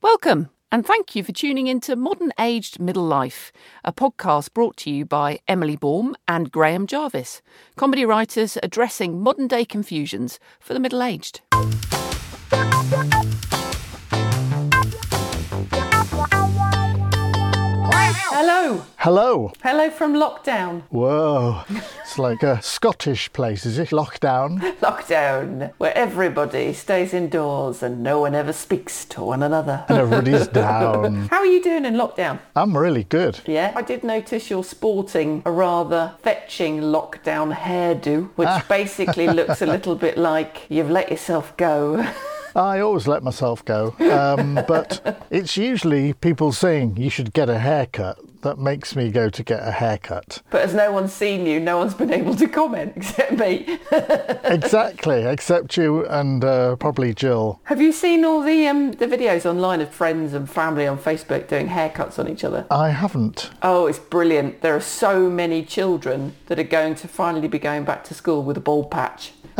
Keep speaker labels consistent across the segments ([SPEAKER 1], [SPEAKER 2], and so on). [SPEAKER 1] Welcome, and thank you for tuning in to Modern Aged Middle Life, a podcast brought to you by Emily Baum and Graham Jarvis, comedy writers addressing modern day confusions for the middle aged. Hello,
[SPEAKER 2] Hello.
[SPEAKER 1] hello from lockdown.
[SPEAKER 2] Whoa. It's like a Scottish place, is it? Lockdown.
[SPEAKER 3] lockdown, where everybody stays indoors and no one ever speaks to one another.
[SPEAKER 2] And everybody's down.
[SPEAKER 3] How are you doing in lockdown?
[SPEAKER 2] I'm really good.
[SPEAKER 3] Yeah, I did notice you're sporting a rather fetching lockdown hairdo, which basically looks a little bit like you've let yourself go.
[SPEAKER 2] I always let myself go. Um, but it's usually people saying you should get a haircut that makes me go to get a haircut.
[SPEAKER 3] But as no one's seen you, no one's been able to comment except me.
[SPEAKER 2] Exactly, except you and uh, probably Jill.
[SPEAKER 3] Have you seen all the um, the videos online of friends and family on Facebook doing haircuts on each other?
[SPEAKER 2] I haven't.
[SPEAKER 3] Oh, it's brilliant. There are so many children that are going to finally be going back to school with a bald patch.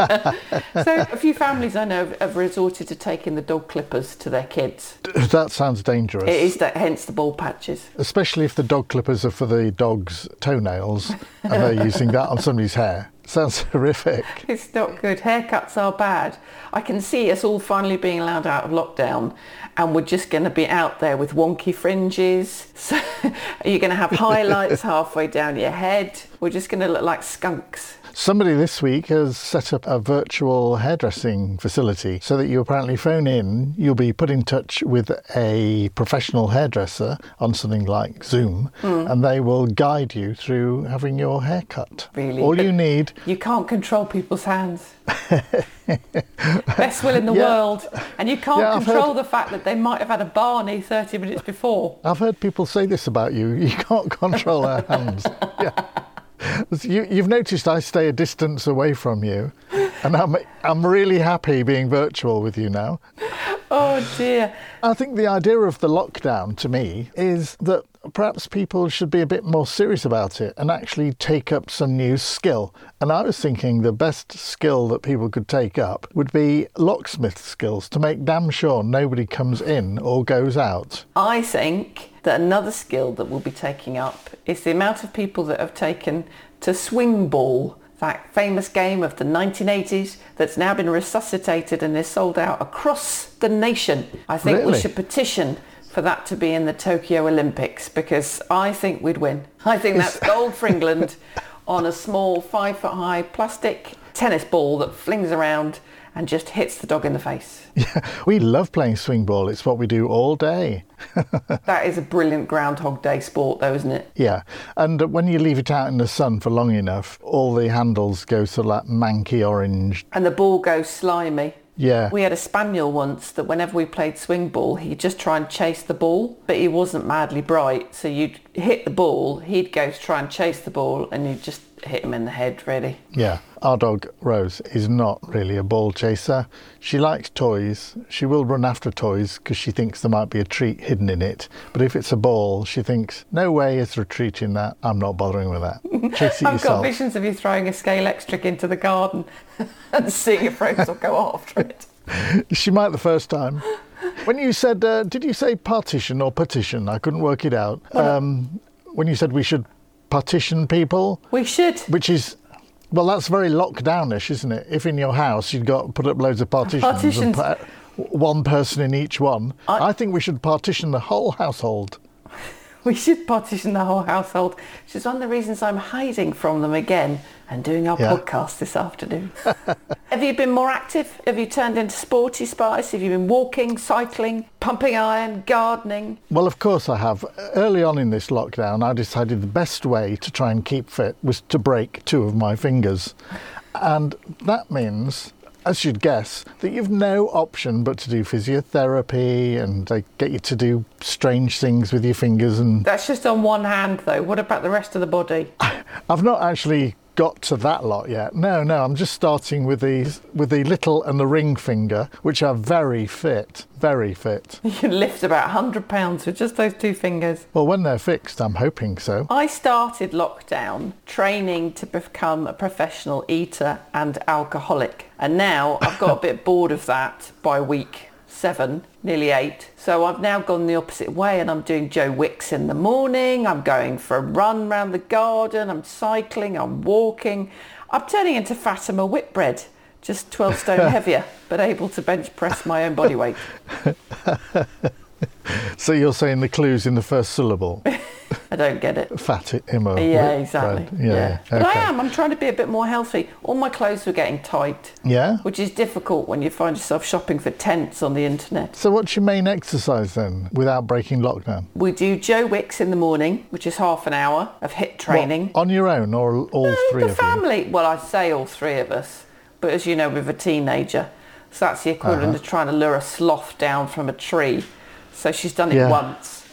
[SPEAKER 3] so a few families I know have, have resorted to taking the dog clippers to their kids.
[SPEAKER 2] That sounds dangerous.
[SPEAKER 3] It is that, hence the bald patches.
[SPEAKER 2] Especially if the dog clippers are for the dog's toenails and they're using that on somebody's hair. Sounds horrific.
[SPEAKER 3] It's not good. Haircuts are bad. I can see us all finally being allowed out of lockdown and we're just going to be out there with wonky fringes. So you're going to have highlights halfway down your head. We're just going to look like skunks.
[SPEAKER 2] Somebody this week has set up a virtual hairdressing facility so that you apparently phone in, you'll be put in touch with a professional hairdresser on something like Zoom, and they will guide you through having your hair cut.
[SPEAKER 3] Really?
[SPEAKER 2] All you need.
[SPEAKER 3] You can't control people's hands. Best will in the
[SPEAKER 2] Yeah.
[SPEAKER 3] world. And you can't
[SPEAKER 2] Yeah, I've
[SPEAKER 3] control
[SPEAKER 2] heard-
[SPEAKER 3] the fact that they might have had a Barney 30 minutes before.
[SPEAKER 2] I've heard people say this about you you can't control our hands. Yeah. You, you've noticed I stay a distance away from you, and I'm, I'm really happy being virtual with you now.
[SPEAKER 3] Oh dear.
[SPEAKER 2] I think the idea of the lockdown to me is that perhaps people should be a bit more serious about it and actually take up some new skill. And I was thinking the best skill that people could take up would be locksmith skills to make damn sure nobody comes in or goes out.
[SPEAKER 3] I think that another skill that we'll be taking up is the amount of people that have taken to swing ball, that famous game of the 1980s that's now been resuscitated and is sold out across the nation. I think
[SPEAKER 2] Really?
[SPEAKER 3] we should petition for that to be in the Tokyo Olympics because I think we'd win. I think that's gold for England on a small five foot high plastic tennis ball that flings around and just hits the dog in the face.
[SPEAKER 2] we love playing swing ball, it's what we do all day.
[SPEAKER 3] That is a brilliant Groundhog Day sport though, isn't it?
[SPEAKER 2] Yeah, and uh, when you leave it out in the sun for long enough, all the handles go to that manky orange.
[SPEAKER 3] and the ball goes slimy.
[SPEAKER 2] Yeah.
[SPEAKER 3] We had a spaniel once that whenever we played swing ball, he'd just try and chase the ball, but he wasn't madly bright. So you'd hit the ball, he'd go to try and chase the ball, and you'd just hit him in the head, really.
[SPEAKER 2] Yeah, our dog Rose is not really a ball chaser. She likes toys. She will run after toys because she thinks there might be a treat hidden in it. But if it's a ball, she thinks, no way is there a treat in that. I'm not bothering with that. Chase it
[SPEAKER 3] I've got
[SPEAKER 2] yourself.
[SPEAKER 3] visions of you throwing a scale extric into the garden and seeing if Rose will go after it.
[SPEAKER 2] She might the first time. When you said, uh, did you say partition or petition? I couldn't work it out. Um, when you said we should partition people,
[SPEAKER 3] We should.
[SPEAKER 2] which is. Well, that's very lockdownish, isn't it? If in your house you'd got put up loads of partitions, and
[SPEAKER 3] Partitions.
[SPEAKER 2] put one person in each one, I, think we should partition the whole household.
[SPEAKER 3] We should partition the whole household, which is one of the reasons I'm hiding from them again and doing our
[SPEAKER 2] Yeah.
[SPEAKER 3] podcast this afternoon. Have you been more active? Have you turned into sporty spice? Have you been walking, cycling, pumping iron, gardening?
[SPEAKER 2] Well, of course I have. Early on in this lockdown, I decided the best way to try and keep fit was to break two of my fingers, and that means. As you'd guess, that you've no option but to do physiotherapy and they get you to do strange things with your fingers and
[SPEAKER 3] That's just on one hand though. What about the rest of the body?
[SPEAKER 2] I've not actually got to that lot yet. No, no, I'm just starting with the with the little and the ring finger, which are very fit, very fit.
[SPEAKER 3] You can lift about 100 pounds with just those two fingers.
[SPEAKER 2] Well, when they're fixed, I'm hoping so.
[SPEAKER 3] I started lockdown training to become a professional eater and alcoholic. And now I've got a bit bored of that by week. seven, nearly eight. So I've now gone the opposite way and I'm doing Joe Wicks in the morning. I'm going for a run round the garden. I'm cycling. I'm walking. I'm turning into Fatima Whitbread, just 12 stone heavier, but able to bench press my own body weight.
[SPEAKER 2] So you're saying the clues in the first syllable,
[SPEAKER 3] I don't get it.
[SPEAKER 2] fat immer.
[SPEAKER 3] Yeah,
[SPEAKER 2] wit-
[SPEAKER 3] exactly.
[SPEAKER 2] bread.
[SPEAKER 3] Yeah. Ah!
[SPEAKER 2] Yeah,
[SPEAKER 3] But I
[SPEAKER 2] okay.
[SPEAKER 3] am. I'm trying to be a bit more healthy. All my clothes were getting tight,
[SPEAKER 2] Yeah.
[SPEAKER 3] which is difficult when you find yourself shopping for tents on the internet.
[SPEAKER 2] So what's your main exercise then, without breaking lockdown?
[SPEAKER 3] We do Joe Wicks in the morning, which is half an hour of HIT training.
[SPEAKER 2] What, on your own or all
[SPEAKER 3] No,
[SPEAKER 2] three
[SPEAKER 3] the
[SPEAKER 2] of you?
[SPEAKER 3] family. Well, I say all three of us, but as you know, with a teenager, so that's the equivalent
[SPEAKER 2] Uh-huh.
[SPEAKER 3] of trying to lure a sloth down from a tree. So she's done it
[SPEAKER 2] Yeah.
[SPEAKER 3] once.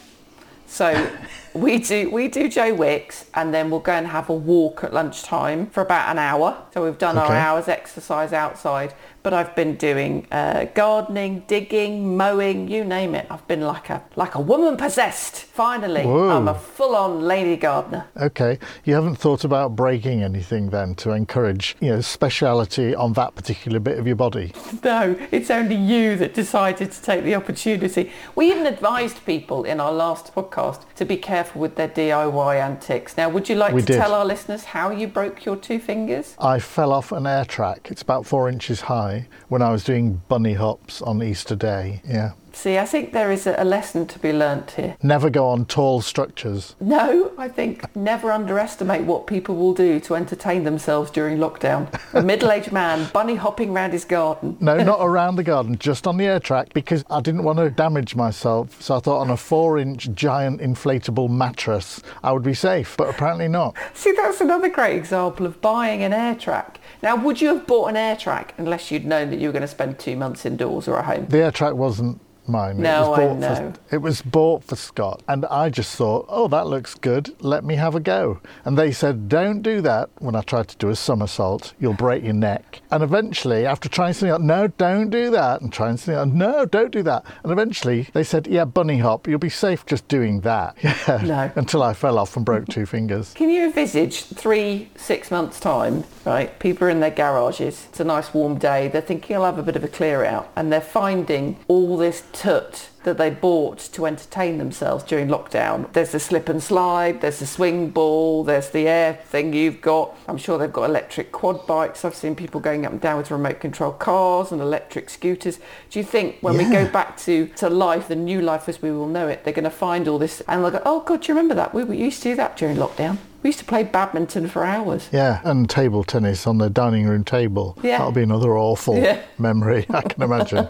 [SPEAKER 3] So we do we do Joe Wicks, and then we'll go and have a walk at lunchtime for about an hour. So we've done our
[SPEAKER 2] Okay.
[SPEAKER 3] hours exercise outside, but I've been doing uh, gardening, digging, mowing, you name it. I've been like a like a woman possessed. Finally,
[SPEAKER 2] Whoa.
[SPEAKER 3] I'm a full-on lady gardener.
[SPEAKER 2] Okay. You haven't thought about breaking anything then to encourage, you know, speciality on that particular bit of your body.
[SPEAKER 3] No, it's only you that decided to take the opportunity. We even advised people in our last podcast to be careful with their DIY antics. Now, would you like
[SPEAKER 2] We
[SPEAKER 3] to
[SPEAKER 2] did.
[SPEAKER 3] tell our listeners how you broke your two fingers?
[SPEAKER 2] I fell off an air track. It's about four inches high when I was doing bunny hops on Easter Day. Yeah.
[SPEAKER 3] See, I think there is a a lesson to be learnt here.
[SPEAKER 2] Never go on tall structures.
[SPEAKER 3] No, I think never underestimate what people will do to entertain themselves during lockdown. A middle-aged man bunny hopping round his garden.
[SPEAKER 2] No, not around the garden, just on the air track because I didn't want to damage myself. So I thought on a four inch giant inflatable mattress, I would be safe, but apparently not.
[SPEAKER 3] See, that's another great example of buying an air track. Now, would you have bought an air track unless you'd known that you were going to spend two months indoors or at home?
[SPEAKER 2] The air track wasn't mine.
[SPEAKER 3] No, I
[SPEAKER 2] it was bought
[SPEAKER 3] know.
[SPEAKER 2] For, it was bought for Scott, and I just thought, oh, that looks good. Let me have a go. And they said, don't do that. When I tried to do a somersault, you'll break your neck. And eventually, after trying something else, no, don't do that, and trying something else, no, don't do that. And eventually, they said, yeah, bunny hop, you'll be safe just doing that. Yeah.
[SPEAKER 3] No.
[SPEAKER 2] Until I fell off and broke two fingers.
[SPEAKER 3] Can you envisage three, six months' time, right? People are in their garages. It's a nice warm day. They're thinking I'll have a bit of a clear out. And they're finding all this tut that they bought to entertain themselves during lockdown. There's the slip and slide. There's the swing ball. There's the air thing you've got. I'm sure they've got electric quad bikes. I've seen people going up and down with remote control cars and electric scooters. Do you think when we go
[SPEAKER 2] Yeah.
[SPEAKER 3] back back to, to life, the new life as we will know it, they're going to find all this and they'll go, oh God, do you remember that? We, we used to do that during lockdown. We used to play badminton for hours.
[SPEAKER 2] Yeah, and table tennis on the dining room table.
[SPEAKER 3] Yeah.
[SPEAKER 2] That'll be another awful
[SPEAKER 3] Yeah.
[SPEAKER 2] memory, I can imagine.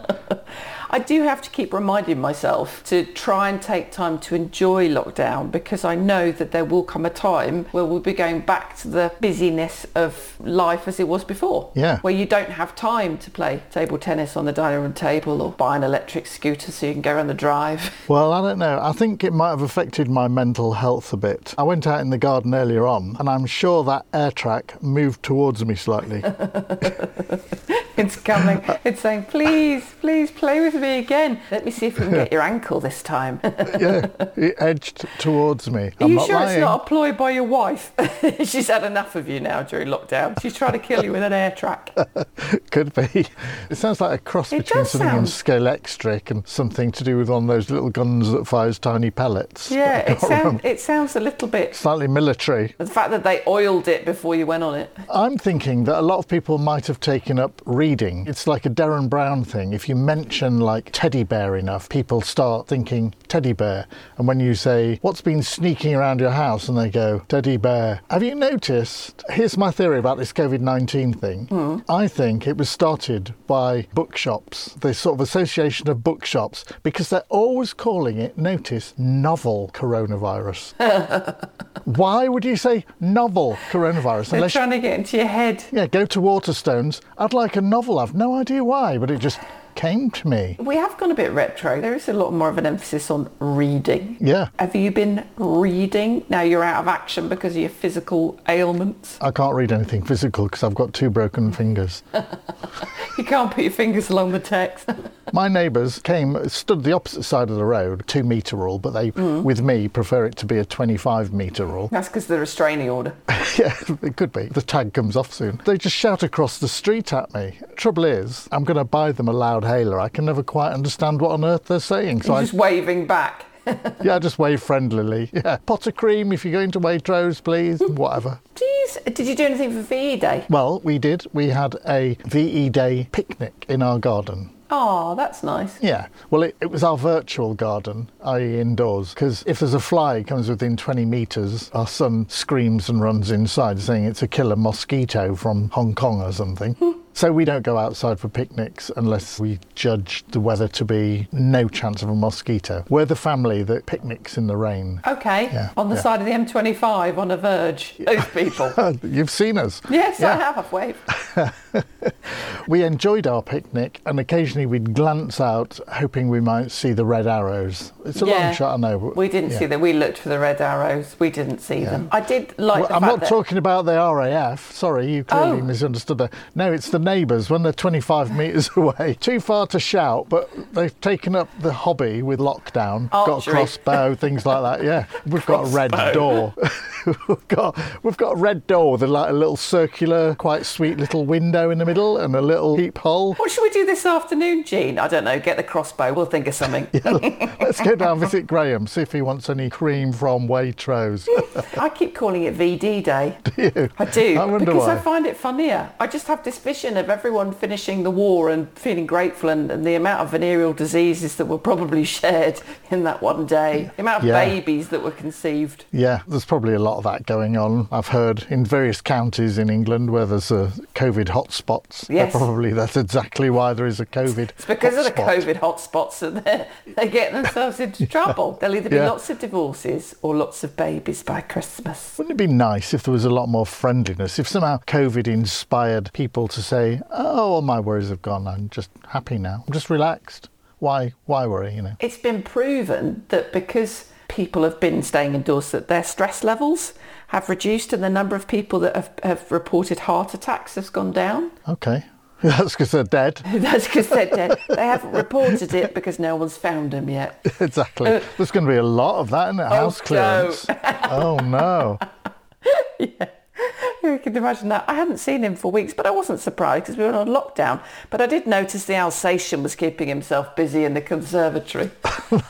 [SPEAKER 3] I do have to keep reminding myself to try and take time to enjoy lockdown because I know that there will come a time where we'll be going back to the busyness of life as it was before.
[SPEAKER 2] Yeah.
[SPEAKER 3] Where you don't have time to play table tennis on the dining room table or buy an electric scooter so you can go on the drive.
[SPEAKER 2] Well, I don't know. I think it might have affected my mental health a bit. I went out in the garden earlier on, and I'm sure that air track moved towards me slightly.
[SPEAKER 3] It's coming. It's saying, please, please play with me again. Let me see if we can get your ankle this time. Are
[SPEAKER 2] yeah, it edged towards me. I'm
[SPEAKER 3] you
[SPEAKER 2] not
[SPEAKER 3] sure
[SPEAKER 2] lying.
[SPEAKER 3] it's not a ploy by your wife? She's had enough of you now during lockdown. She's trying to kill you with an air track.
[SPEAKER 2] Could be. It sounds like a cross
[SPEAKER 3] It
[SPEAKER 2] between
[SPEAKER 3] does
[SPEAKER 2] something on
[SPEAKER 3] sound-
[SPEAKER 2] Scalextric and something to do with one of those little guns that fires tiny pellets. but I
[SPEAKER 3] Yeah, it
[SPEAKER 2] can't
[SPEAKER 3] sounds
[SPEAKER 2] remember.
[SPEAKER 3] it sounds a little bit.
[SPEAKER 2] Slightly military.
[SPEAKER 3] The fact that they oiled it before you went on it.
[SPEAKER 2] I'm thinking that a lot of people might have taken up reading. It's like a Darren Brown thing. If you mention like teddy bear enough, people start thinking teddy bear. And when you say, What's been sneaking around your house? and they go, Teddy bear. Have you noticed? Here's my theory about this COVID 19 thing. I think it was started by bookshops, this sort of association of bookshops, because they're always calling it, notice, novel coronavirus. Why would you say novel coronavirus
[SPEAKER 3] They're
[SPEAKER 2] unless you
[SPEAKER 3] trying to get into your head.
[SPEAKER 2] yeah, go to Waterstones. I'd like a novel. I've no idea why, but it just came to me.
[SPEAKER 3] We have gone a bit retro. There is a lot more of an emphasis on reading.
[SPEAKER 2] Yeah.
[SPEAKER 3] Have you been reading? Now you're out of action because of your physical ailments.
[SPEAKER 2] I can't read anything physical because I've got two broken fingers.
[SPEAKER 3] You can't put your fingers along the text.
[SPEAKER 2] My neighbours came, stood the opposite side of the road, two metre rule, but they, with me, prefer it to be a 25 metre rule.
[SPEAKER 3] That's because the restraining order.
[SPEAKER 2] yeah, it could be. The tag comes off soon. They just shout across the street at me. Trouble is, I'm going to buy them a loud inhaler, I can never quite understand what on earth they're saying. So
[SPEAKER 3] You're
[SPEAKER 2] I,
[SPEAKER 3] just waving back.
[SPEAKER 2] yeah, I just wave friendlily. Yeah, pot of cream if you're going to Waitrose, please. Whatever.
[SPEAKER 3] Jeez, did you do anything for VE Day?
[SPEAKER 2] Well, we did. We had a VE Day picnic in our garden.
[SPEAKER 3] Oh, that's nice.
[SPEAKER 2] Yeah, well, it, it was our virtual garden, i.e., indoors, because if there's a fly comes within 20 metres, our son screams and runs inside saying it's a killer mosquito from Hong Kong or something.
[SPEAKER 3] Hmm.
[SPEAKER 2] so we don't go outside for picnics unless we judge the weather to be no chance of a mosquito. We're the family that picnics in the rain.
[SPEAKER 3] Okay,
[SPEAKER 2] Yeah,
[SPEAKER 3] on the
[SPEAKER 2] yeah.
[SPEAKER 3] side of the M25 on a verge. Those people.
[SPEAKER 2] You've seen us.
[SPEAKER 3] yes, I
[SPEAKER 2] Yeah.
[SPEAKER 3] have. I've waved.
[SPEAKER 2] We enjoyed our picnic and occasionally we'd glance out hoping we might see the red arrows. It's a
[SPEAKER 3] Yeah.
[SPEAKER 2] long shot, I know. But
[SPEAKER 3] We didn't
[SPEAKER 2] yeah.
[SPEAKER 3] see them. We looked for the red arrows. We didn't see them. I did like
[SPEAKER 2] Well,
[SPEAKER 3] the
[SPEAKER 2] I'm
[SPEAKER 3] fact
[SPEAKER 2] not
[SPEAKER 3] that
[SPEAKER 2] talking about the RAF. Sorry, you clearly
[SPEAKER 3] Oh.
[SPEAKER 2] misunderstood that. No, it's the neighbours when they're 25 metres away. Too far to shout, but they've taken up the hobby with lockdown. Got a
[SPEAKER 3] Archery.
[SPEAKER 2] crossbow, things like that. Yeah, we've got a red
[SPEAKER 3] Oh, Crossbow.
[SPEAKER 2] door. we've got we've got a red door with like a little circular, quite sweet little window in the middle and a little peephole.
[SPEAKER 3] What should we do this afternoon, Jean? I don't know. Get the crossbow. We'll think of something.
[SPEAKER 2] Let's go down and visit Graham, see if he wants any cream from Waitrose.
[SPEAKER 3] I keep calling it VD Day. Do you? I do.
[SPEAKER 2] I wonder
[SPEAKER 3] because
[SPEAKER 2] why.
[SPEAKER 3] I find it funnier. I just have this vision of everyone finishing the war and feeling grateful and, and the amount of venereal diseases that were probably shared in that one day. The amount of
[SPEAKER 2] Yeah.
[SPEAKER 3] babies that were conceived.
[SPEAKER 2] Yeah, there's probably a lot of that going on. I've heard in various counties in England where there's a COVID hotspots. they're
[SPEAKER 3] Yes.
[SPEAKER 2] Probably that's exactly why there is a COVID.
[SPEAKER 3] It's because of the
[SPEAKER 2] hotspot.
[SPEAKER 3] COVID hotspots that they're, they're getting themselves into trouble. There'll either be
[SPEAKER 2] Yeah.
[SPEAKER 3] lots of divorces or lots of babies by Christmas.
[SPEAKER 2] Wouldn't it be nice if there was a lot more friendliness? If somehow COVID inspired people to say, "Oh, all my worries have gone. I'm just happy now. I'm just relaxed. Why? Why worry? You know."
[SPEAKER 3] It's been proven that because people have been staying indoors, that their stress levels have reduced and the number of people that have, have reported heart attacks has gone down.
[SPEAKER 2] Okay, that's because they're dead.
[SPEAKER 3] That's because they're dead. They haven't reported it because no one's found them yet.
[SPEAKER 2] exactly. There's going to be a lot of that in the house
[SPEAKER 3] Uh, Oh, no.
[SPEAKER 2] clearance. oh no.
[SPEAKER 3] You can imagine that. I hadn't seen him for weeks, but I wasn't surprised because we were on lockdown. But I did notice the Alsatian was keeping himself busy in the conservatory.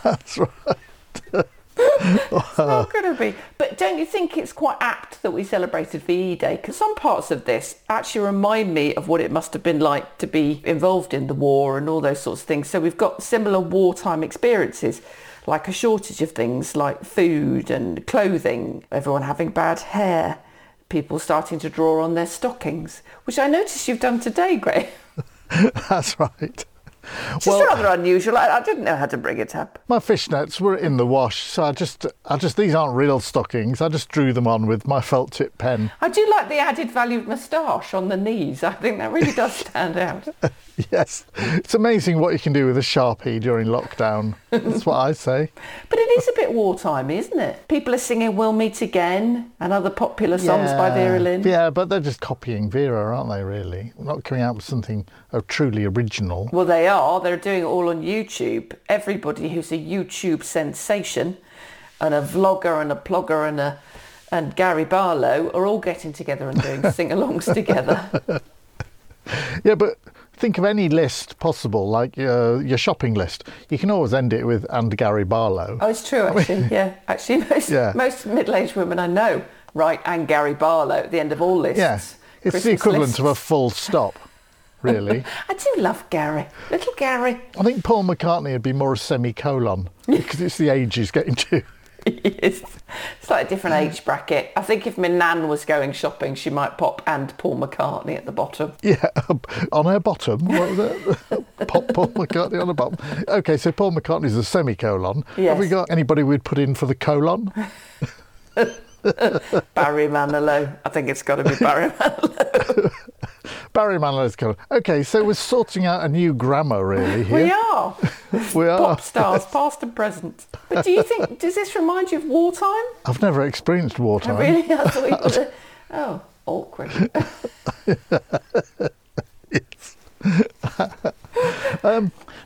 [SPEAKER 2] That's right.
[SPEAKER 3] not going to be. But don't you think it's quite apt that we celebrated VE Day? Because some parts of this actually remind me of what it must have been like to be involved in the war and all those sorts of things. So we've got similar wartime experiences, like a shortage of things like food and clothing, everyone having bad hair, people starting to draw on their stockings, which I notice you've done today, Greg.
[SPEAKER 2] That's right.
[SPEAKER 3] Which is rather unusual. I, I didn't know how to bring it up.
[SPEAKER 2] My fishnets were in the wash, so I just, I just these aren't real stockings. I just drew them on with my felt tip pen.
[SPEAKER 3] I do like the added valued moustache on the knees. I think that really does stand out.
[SPEAKER 2] Yes, it's amazing what you can do with a sharpie during lockdown. That's what I say.
[SPEAKER 3] But it is a bit wartime, isn't it? People are singing We'll Meet Again and other popular songs by Vera Lynn.
[SPEAKER 2] Yeah, but they're just copying Vera, aren't they? Really, not coming out with something uh, truly original.
[SPEAKER 3] Well, they are. They're doing it all on YouTube. Everybody who's a YouTube sensation and a vlogger and a blogger and a and Gary Barlow are all getting together and doing sing-alongs together.
[SPEAKER 2] Yeah, but think of any list possible, like uh, your shopping list. You can always end it with and Gary Barlow.
[SPEAKER 3] Oh, it's true, actually. Yeah, actually, most
[SPEAKER 2] Yeah.
[SPEAKER 3] most middle-aged women I know write and Gary Barlow at the end of all lists.
[SPEAKER 2] yes, it's the
[SPEAKER 3] Christmas
[SPEAKER 2] equivalent
[SPEAKER 3] lists.
[SPEAKER 2] of a full stop. Really.
[SPEAKER 3] I do love Gary, little Gary.
[SPEAKER 2] I think Paul McCartney would be more a semicolon because it's the age he's getting to.
[SPEAKER 3] Yes. It's like a different age bracket. I think if my nan was going shopping, she might pop and Paul McCartney at the bottom.
[SPEAKER 2] Yeah, um, on her bottom. What was it? Pop Paul McCartney on her bottom. Okay, so Paul McCartney's a semicolon. Have we
[SPEAKER 3] Yes.
[SPEAKER 2] got anybody we'd put in for the colon?
[SPEAKER 3] Barry Manilow. I think it's got to be Barry Manilow.
[SPEAKER 2] Barry Manilow's colon. Okay, so we're sorting out a new grammar really here.
[SPEAKER 3] We are.
[SPEAKER 2] We are.
[SPEAKER 3] Pop stars, past and present. But do you think, does this remind you of wartime?
[SPEAKER 2] I've never experienced wartime.
[SPEAKER 3] Really? That's what we call it. Oh, awkward.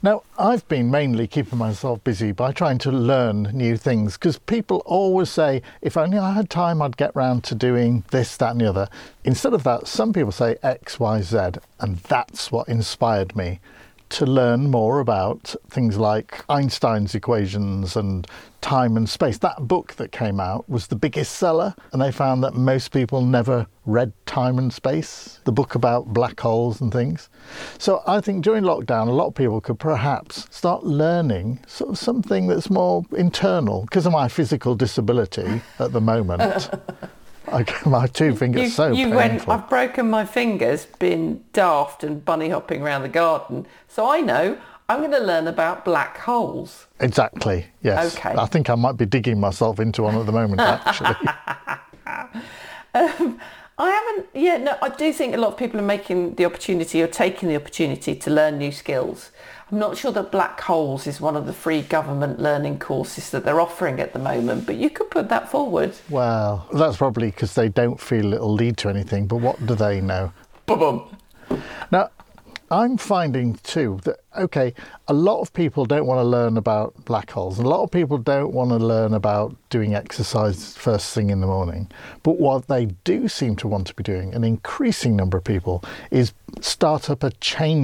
[SPEAKER 2] Now, I've been mainly keeping myself busy by trying to learn new things because people always say, if only I had time, I'd get round to doing this, that, and the other. Instead of that, some people say X, Y, Z, and that's what inspired me to learn more about things like Einstein's equations and time and space. That book that came out was the biggest seller, and they found that most people never read Time and Space, the book about black holes and things. So I think during lockdown, a lot of people could perhaps start learning sort of something that's more internal because of my physical disability at the moment. I, my two fingers
[SPEAKER 3] You,
[SPEAKER 2] so
[SPEAKER 3] you
[SPEAKER 2] painful.
[SPEAKER 3] went, I've broken my fingers, been daft and bunny hopping around the garden. So I know I'm going to learn about black holes.
[SPEAKER 2] Exactly. Yes.
[SPEAKER 3] Okay.
[SPEAKER 2] I think I might be digging myself into one at the moment. Actually,
[SPEAKER 3] I haven't, yeah, no, I do think a lot of people are making the opportunity or taking the opportunity to learn new skills. I'm not sure that black holes is one of the free government learning courses that they're offering at the moment, but you could put that forward.
[SPEAKER 2] well, that's probably because they don't feel it'll lead to anything. But what do they know?
[SPEAKER 3] Boom, boom.
[SPEAKER 2] Now, I'm finding too that, okay, a lot of people don't want to learn about black holes. A lot of people don't want to learn about doing exercise first thing in the morning. But what they do seem to want to be doing, an increasing number of people, is start up a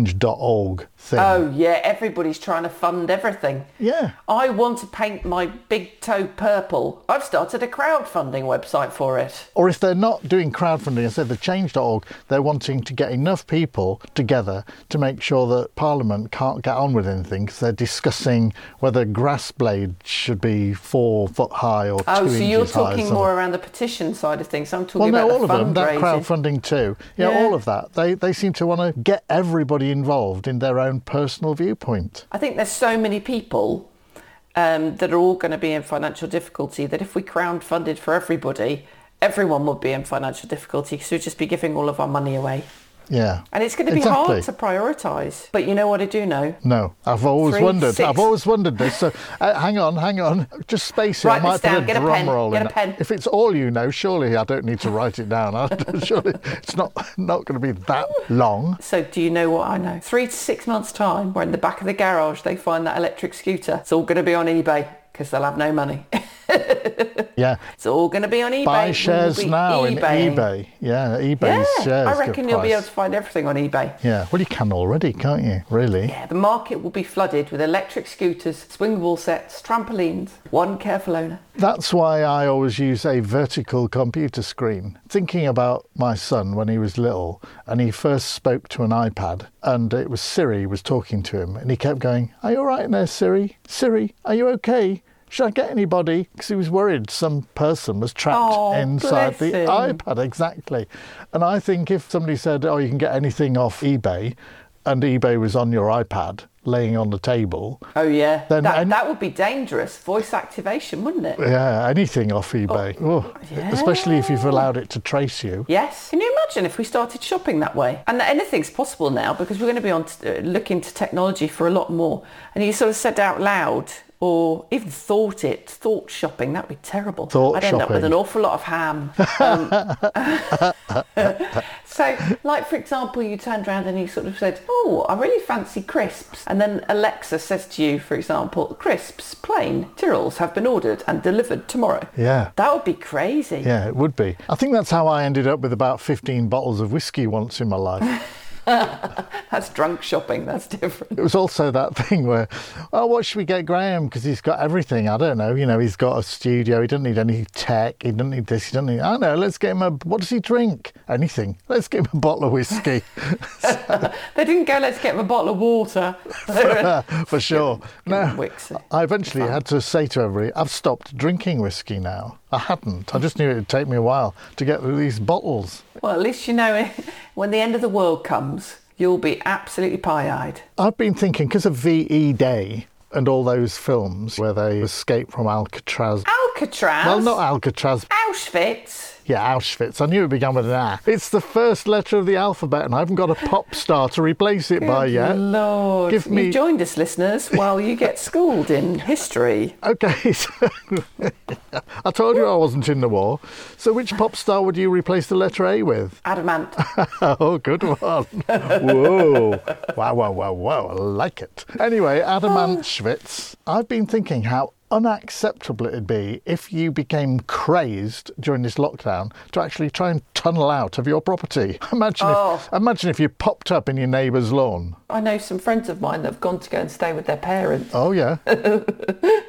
[SPEAKER 2] change.org thing.
[SPEAKER 3] Oh, yeah, everybody's trying to fund everything.
[SPEAKER 2] Yeah.
[SPEAKER 3] I want to paint my big toe purple. I've started a crowdfunding website for it.
[SPEAKER 2] Or if they're not doing crowdfunding, instead of change.org, they're wanting to get enough people together to make sure that Parliament can't get on with anything because they're discussing whether grass blade should be four foot high or two
[SPEAKER 3] Oh, so
[SPEAKER 2] inches
[SPEAKER 3] you're
[SPEAKER 2] high. or
[SPEAKER 3] talking
[SPEAKER 2] something.
[SPEAKER 3] more around the petition side of things. I'm
[SPEAKER 2] well,
[SPEAKER 3] talking
[SPEAKER 2] no,
[SPEAKER 3] about
[SPEAKER 2] all
[SPEAKER 3] the
[SPEAKER 2] of them. That
[SPEAKER 3] fundraising.
[SPEAKER 2] crowdfunding too. Yeah,
[SPEAKER 3] Yeah.
[SPEAKER 2] all of that. They they seem to want to get everybody involved in their own personal viewpoint.
[SPEAKER 3] I think there's so many people um, that are all going to be in financial difficulty that if we crowdfunded for everybody, everyone would be in financial difficulty because we'd just be giving all of our money away.
[SPEAKER 2] Yeah.
[SPEAKER 3] And it's going to be
[SPEAKER 2] Exactly.
[SPEAKER 3] hard to prioritise. But you know what I do know?
[SPEAKER 2] No, I've always
[SPEAKER 3] Three,
[SPEAKER 2] wondered.
[SPEAKER 3] six.
[SPEAKER 2] I've always wondered this. So, uh, hang on, hang on. Just space it.
[SPEAKER 3] Write
[SPEAKER 2] I might
[SPEAKER 3] this down.
[SPEAKER 2] put a
[SPEAKER 3] Get a
[SPEAKER 2] drum
[SPEAKER 3] pen.
[SPEAKER 2] roll
[SPEAKER 3] Get
[SPEAKER 2] in.
[SPEAKER 3] a pen.
[SPEAKER 2] If it's all you know, surely I don't need to write it down. I, surely it's not not going to be that long.
[SPEAKER 3] So do you know what I know? Three to six months time, we're in the back of the garage, they find that electric scooter. It's all going to be on eBay because they'll have no money.
[SPEAKER 2] Yeah.
[SPEAKER 3] it's all going to be on eBay. We
[SPEAKER 2] Buy
[SPEAKER 3] will
[SPEAKER 2] shares
[SPEAKER 3] be
[SPEAKER 2] now in
[SPEAKER 3] eBaying.
[SPEAKER 2] eBay. Yeah, eBay's
[SPEAKER 3] Yeah,
[SPEAKER 2] shares.
[SPEAKER 3] I
[SPEAKER 2] good
[SPEAKER 3] reckon you'll be able
[SPEAKER 2] price.
[SPEAKER 3] to find everything on eBay.
[SPEAKER 2] Yeah. Well, you can already, can't you? Really?
[SPEAKER 3] Yeah, the market will be flooded with electric scooters, swingable sets, trampolines, one careful owner.
[SPEAKER 2] That's why I always use a vertical computer screen. Thinking about my son when he was little and he first spoke to an iPad and it was Siri was talking to him and he kept going, Are you all right in there, Siri? Siri, are you okay? Should I get anybody? Because he was worried some person was trapped
[SPEAKER 3] Oh,
[SPEAKER 2] inside the
[SPEAKER 3] bless him.
[SPEAKER 2] iPad. Exactly. And I think if somebody said, Oh, you can get anything off eBay and eBay was on your iPad laying on the table,
[SPEAKER 3] Oh yeah,
[SPEAKER 2] Then
[SPEAKER 3] that,
[SPEAKER 2] I-
[SPEAKER 3] that would be dangerous. Voice activation, wouldn't it?
[SPEAKER 2] Yeah, anything off eBay. Oh, Especially if you've allowed it to trace you.
[SPEAKER 3] Yes. Can you imagine if we started shopping that way? And that anything's possible now because we're going to be on t- uh, looking to technology for a lot more. And you sort of said out loud or even thought it, thought shopping, that'd be terrible.
[SPEAKER 2] Thought
[SPEAKER 3] I'd end up with
[SPEAKER 2] shopping.
[SPEAKER 3] an awful lot of ham. Um, so, like for example, you turned around and you sort of said, oh, I really fancy crisps. And then Alexa says to you, for example, crisps, plain, Tyrrells have been ordered and delivered tomorrow.
[SPEAKER 2] Yeah.
[SPEAKER 3] That would be crazy.
[SPEAKER 2] Yeah, it would be. I think that's how I ended up with about 15 bottles of whiskey once in my life.
[SPEAKER 3] That's drunk shopping. That's different.
[SPEAKER 2] It was also that thing where, oh, what should we get Graham? Because he's got everything. I don't know. You know, he's got a studio. He doesn't need any tech. He doesn't need this. He doesn't need, I don't know. Let's get him a, what does he drink? Anything. Let's get him a bottle of whiskey
[SPEAKER 3] They didn't go, let's get him a bottle of water.
[SPEAKER 2] for sure. No.
[SPEAKER 3] Wixie.
[SPEAKER 2] I eventually had to say to everybody, I've stopped drinking whiskey now. I hadn't. I just knew it would take me a while to get through these bottles.
[SPEAKER 3] well, at least you know it. when the end of the world comes, you'll be absolutely pie-eyed.
[SPEAKER 2] I've been thinking because of VE Day and all those films where they escape from Alcatraz.
[SPEAKER 3] Alcatraz?
[SPEAKER 2] Well, not Alcatraz.
[SPEAKER 3] Auschwitz?
[SPEAKER 2] Yeah, Auschwitz. I knew it began with an A. It's the first letter of the alphabet, and I haven't got a pop star to replace it by
[SPEAKER 3] Good
[SPEAKER 2] yet.
[SPEAKER 3] Lord.
[SPEAKER 2] Give me-
[SPEAKER 3] You've joined us, listeners, while you get schooled in history.
[SPEAKER 2] Okay, so I told you I wasn't in the war. So, which pop star would you replace the letter A with?
[SPEAKER 3] Adamant.
[SPEAKER 2] Oh, good one. Whoa. Wow, wow, wow, wow. I like it. Anyway, Adam Anschwitz, I've been thinking how unacceptable it'd be if you became crazed during this lockdown lockdown to actually try and tunnel out of your property. Imagine
[SPEAKER 3] Oh.
[SPEAKER 2] if imagine if you popped up in your neighbour's lawn.
[SPEAKER 3] I know some friends of mine that have gone to go and stay with their parents
[SPEAKER 2] Oh yeah.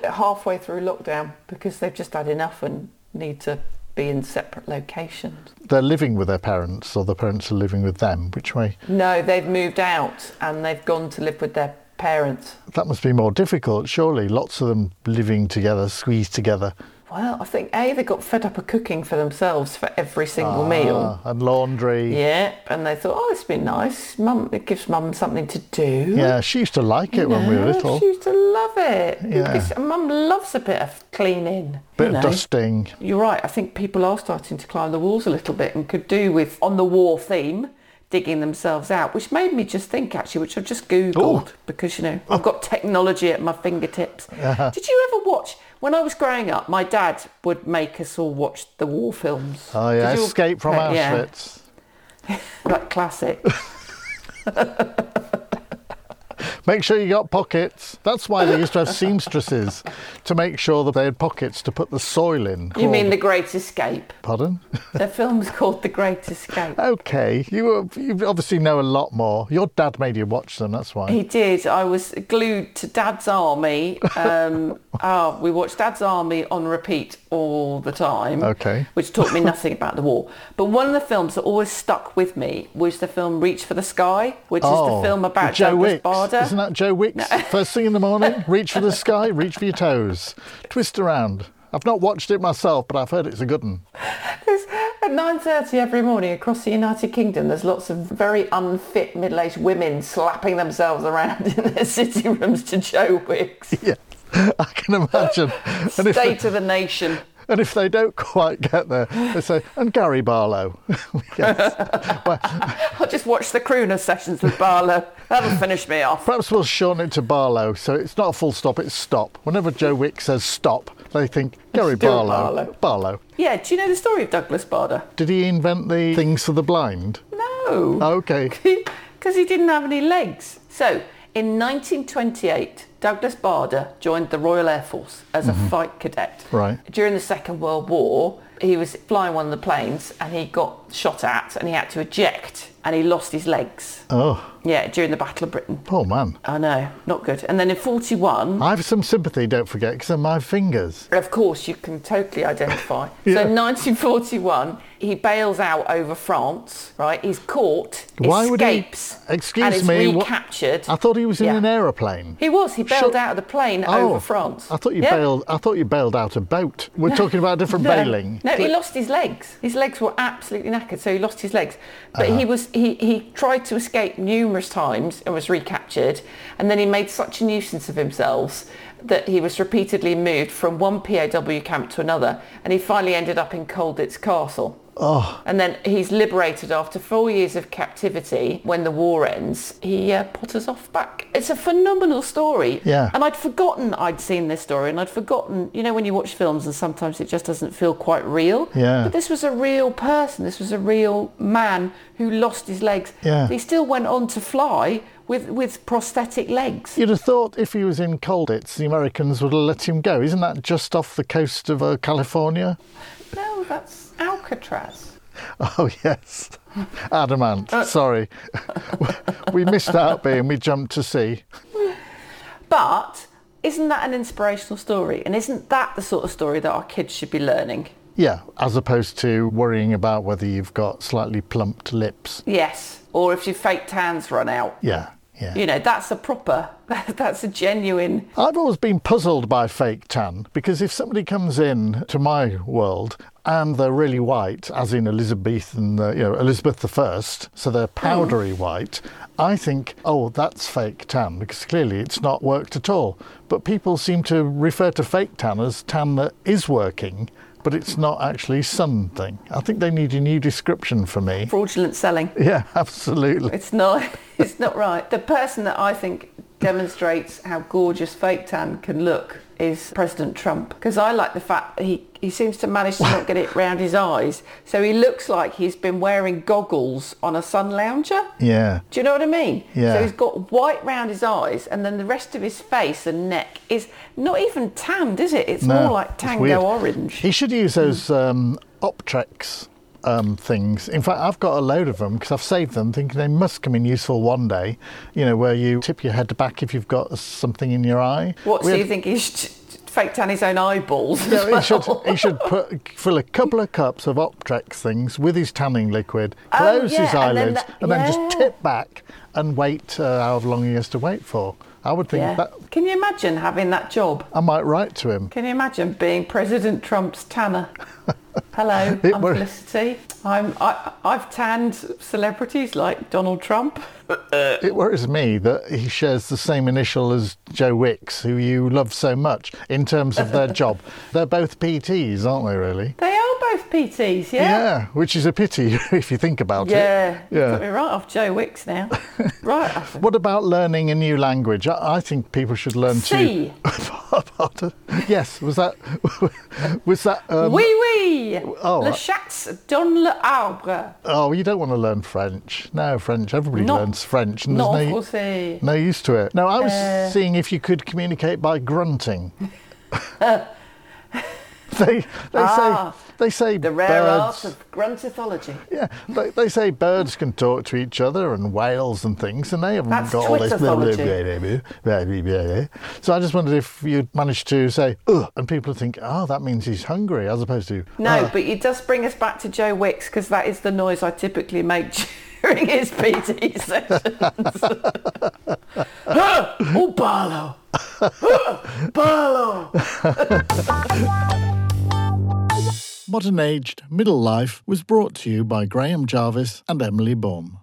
[SPEAKER 3] halfway through lockdown because they've just had enough and need to be in separate locations.
[SPEAKER 2] They're living with their parents or the parents are living with them. Which way?
[SPEAKER 3] No, they've moved out and they've gone to live with their parents.
[SPEAKER 2] That must be more difficult, surely. Lots of them living together, squeezed together.
[SPEAKER 3] Well, I think A, they got fed up of cooking for themselves for every single meal.
[SPEAKER 2] Ah, and laundry.
[SPEAKER 3] Yeah, and they thought, oh, it's been nice. Mum, it gives mum something to do.
[SPEAKER 2] Yeah, she used to like it when we were
[SPEAKER 3] Yeah,
[SPEAKER 2] little.
[SPEAKER 3] She used to love it.
[SPEAKER 2] Yeah.
[SPEAKER 3] Because Mum loves a bit of cleaning.
[SPEAKER 2] Bit
[SPEAKER 3] you know.
[SPEAKER 2] of dusting.
[SPEAKER 3] You're right. I think people are starting to climb the walls a little bit and could do with on the war theme digging themselves out, which made me just think actually, which I've just googled because you know I've got technology at my fingertips.
[SPEAKER 2] Uh-huh.
[SPEAKER 3] Did you ever watch? When I was growing up, my dad would make us all watch the war films.
[SPEAKER 2] Oh yeah,
[SPEAKER 3] Did you all-
[SPEAKER 2] escape from
[SPEAKER 3] uh, yeah,
[SPEAKER 2] Auschwitz.
[SPEAKER 3] that classic.
[SPEAKER 2] Make sure you got pockets. That's why they used to have seamstresses to make sure that they had pockets to put the soil in.
[SPEAKER 3] you mean The Great Escape?
[SPEAKER 2] Pardon?
[SPEAKER 3] The film's called The Great Escape.
[SPEAKER 2] Okay, you were- you obviously know a lot more. Your dad made you watch them. That's why.
[SPEAKER 3] He did. I was glued to Dad's Army. Um, oh, we watched Dad's Army on repeat all the time.
[SPEAKER 2] Okay.
[SPEAKER 3] Which taught me nothing about the war. But one of the films that always stuck with me was the film Reach for the Sky, which is the film about
[SPEAKER 2] Oh, Joe
[SPEAKER 3] Douglas
[SPEAKER 2] Wicks.
[SPEAKER 3] Bader.
[SPEAKER 2] Isn't that Joe Wicks? First thing in the morning, reach for the sky, reach for your toes, twist around. I've not watched it myself, but I've heard it's a good one.
[SPEAKER 3] At 9.30 every morning across the United Kingdom, there's lots of very unfit middle-aged women slapping themselves around in their sitting rooms to Joe Wicks.
[SPEAKER 2] Yeah, I can imagine. And if,
[SPEAKER 3] State of the Nation.
[SPEAKER 2] and if they don't quite get there, they say, and Gary Barlow. Yes.
[SPEAKER 3] I'll just watch the crooner sessions with Barlow. That'll finish me off.
[SPEAKER 2] Perhaps we'll shorten it to Barlow, so it's not a full stop, it's stop. Whenever Joe Wick says stop, they think, Gary
[SPEAKER 3] do a
[SPEAKER 2] Barlow.
[SPEAKER 3] Barlow.
[SPEAKER 2] Barlow.
[SPEAKER 3] Yeah, do you know the story of Douglas Bader?
[SPEAKER 2] Did he invent the things for the blind?
[SPEAKER 3] No.
[SPEAKER 2] Okay.
[SPEAKER 3] Because he didn't have any legs. So, in 1928, Douglas Bader joined the Royal Air Force as a fight cadet.
[SPEAKER 2] Right.
[SPEAKER 3] During the Second World War, he was flying one of the planes and he got shot at and he had to eject and he lost his legs.
[SPEAKER 2] Oh,
[SPEAKER 3] Yeah, during the Battle of Britain.
[SPEAKER 2] poor man.
[SPEAKER 3] I know, not good. And then in 41,
[SPEAKER 2] I have some sympathy, don't forget, because of my fingers.
[SPEAKER 3] Of course, you can totally identify.
[SPEAKER 2] Yeah.
[SPEAKER 3] So, 1941, he bails out over France. Right, he's caught,
[SPEAKER 2] Why would he-
[SPEAKER 3] escapes,
[SPEAKER 2] Excuse
[SPEAKER 3] and is
[SPEAKER 2] me, what-
[SPEAKER 3] recaptured.
[SPEAKER 2] I thought he was in
[SPEAKER 3] Yeah.
[SPEAKER 2] an aeroplane.
[SPEAKER 3] He was. He bailed
[SPEAKER 2] Sure. Oh,
[SPEAKER 3] out of the plane over France.
[SPEAKER 2] I thought you
[SPEAKER 3] Yeah.
[SPEAKER 2] bailed. I thought you bailed out a boat. We're talking about a different
[SPEAKER 3] No.
[SPEAKER 2] bailing.
[SPEAKER 3] No, he lost his legs. His legs were absolutely knackered, so he lost his legs. But
[SPEAKER 2] Uh-huh.
[SPEAKER 3] he was he, he tried to escape numerous times and was recaptured. And then he made such a nuisance of himself that he was repeatedly moved from one POW camp to another, and he finally ended up in Colditz Castle. Oh. And then he's liberated after four years of captivity. When the war ends, he uh, potters off back. It's a phenomenal story.
[SPEAKER 2] Yeah.
[SPEAKER 3] And I'd forgotten I'd seen this story and I'd forgotten, you know, when you watch films and sometimes it just doesn't feel quite real.
[SPEAKER 2] Yeah.
[SPEAKER 3] But this was a real person. This was a real man who lost his legs.
[SPEAKER 2] Yeah.
[SPEAKER 3] He still went on to fly with, with prosthetic legs.
[SPEAKER 2] You'd have thought if he was in Colditz, the Americans would have let him go. Isn't that just off the coast of uh, California?
[SPEAKER 3] No, that's Alcatraz.
[SPEAKER 2] Oh yes, adamant. Sorry, we missed out being we jumped to sea.
[SPEAKER 3] But isn't that an inspirational story? And isn't that the sort of story that our kids should be learning?
[SPEAKER 2] Yeah, as opposed to worrying about whether you've got slightly plumped lips.
[SPEAKER 3] Yes. Or if your fake tans run out.
[SPEAKER 2] Yeah, yeah.
[SPEAKER 3] You know, that's a proper, that's a genuine
[SPEAKER 2] I've always been puzzled by fake tan because if somebody comes in to my world and they're really white, as in Elizabethan, uh, you know, Elizabeth I, so they're powdery white, I think, oh, that's fake tan because clearly it's not worked at all. But people seem to refer to fake tan as tan that is working, but it's not actually sun thing. I think they need a new description for me.
[SPEAKER 3] fraudulent selling.
[SPEAKER 2] Yeah, absolutely.
[SPEAKER 3] It's not. It's not right. The person that I think demonstrates how gorgeous fake tan can look is President Trump. Because I like the fact that he, he seems to manage to not get it round his eyes. So he looks like he's been wearing goggles on a sun lounger.
[SPEAKER 2] Yeah.
[SPEAKER 3] Do you know what I mean?
[SPEAKER 2] Yeah.
[SPEAKER 3] So he's got white round his eyes and then the rest of his face and neck is not even tanned, is it? It's
[SPEAKER 2] No,
[SPEAKER 3] more like
[SPEAKER 2] it's weird.
[SPEAKER 3] tango orange.
[SPEAKER 2] He should use those um, Optrex um, things. In fact, I've got a load of them because I've saved them, thinking they must come in useful one day. You know, where you tip your head back if you've got something in your eye.
[SPEAKER 3] What,
[SPEAKER 2] We
[SPEAKER 3] so
[SPEAKER 2] had-
[SPEAKER 3] you think he should fake tan his own eyeballs? as
[SPEAKER 2] No, he should,
[SPEAKER 3] well?
[SPEAKER 2] he should put, fill a couple of cups of Optrex things with his tanning liquid,
[SPEAKER 3] Oh,
[SPEAKER 2] close his
[SPEAKER 3] yeah, and then
[SPEAKER 2] eyelids, and then,
[SPEAKER 3] that-
[SPEAKER 2] just
[SPEAKER 3] yeah.
[SPEAKER 2] tip back and wait uh, however long he has to wait for. I would think
[SPEAKER 3] Yeah.
[SPEAKER 2] that
[SPEAKER 3] Can you imagine having that job?
[SPEAKER 2] I might write to him.
[SPEAKER 3] Can you imagine being President Trump's tanner? Hello,
[SPEAKER 2] It
[SPEAKER 3] I'm
[SPEAKER 2] were-
[SPEAKER 3] Felicity. I'm, I, I've tanned celebrities like Donald Trump.
[SPEAKER 2] It worries me that he shares the same initial as Joe Wicks, who you love so much, in terms of their job. They're both PTs, aren't they, really?
[SPEAKER 3] They are both PTs, yeah?
[SPEAKER 2] Yeah, which is a pity if you think about
[SPEAKER 3] Yeah.
[SPEAKER 2] it.
[SPEAKER 3] Put me right off Joe Wicks now. right. off him.
[SPEAKER 2] What about learning a new language? I, I think people should learn
[SPEAKER 3] See.
[SPEAKER 2] to. Pardon? yes, was that was that? Um,
[SPEAKER 3] Oui, oui.
[SPEAKER 2] oh,
[SPEAKER 3] le
[SPEAKER 2] uh,
[SPEAKER 3] chat dans le arbre.
[SPEAKER 2] oh, you don't want to learn French. No, French. Everybody
[SPEAKER 3] Not-
[SPEAKER 2] learns French, and there's
[SPEAKER 3] Non
[SPEAKER 2] no
[SPEAKER 3] français.
[SPEAKER 2] no use to it. No, I was
[SPEAKER 3] Uh,
[SPEAKER 2] seeing if you could communicate by grunting. they they
[SPEAKER 3] Ah,
[SPEAKER 2] say they say
[SPEAKER 3] The rare art
[SPEAKER 2] birds.
[SPEAKER 3] of gruntithology.
[SPEAKER 2] Yeah, they, they say birds can talk to each other and whales and things, and they haven't
[SPEAKER 3] That's
[SPEAKER 2] got all this.
[SPEAKER 3] Twitterology.
[SPEAKER 2] So I just wondered if you'd managed to say ugh, and people think, oh, that means he's hungry, as opposed to
[SPEAKER 3] No,
[SPEAKER 2] "Ah."
[SPEAKER 3] but it does bring us back to Joe Wicks because that is the noise I typically make during his PT sessions. Ah! oh, Barlow! Ah! Barlow!
[SPEAKER 2] Modern Aged Middle Life was brought to you by Graham Jarvis and Emily Baum.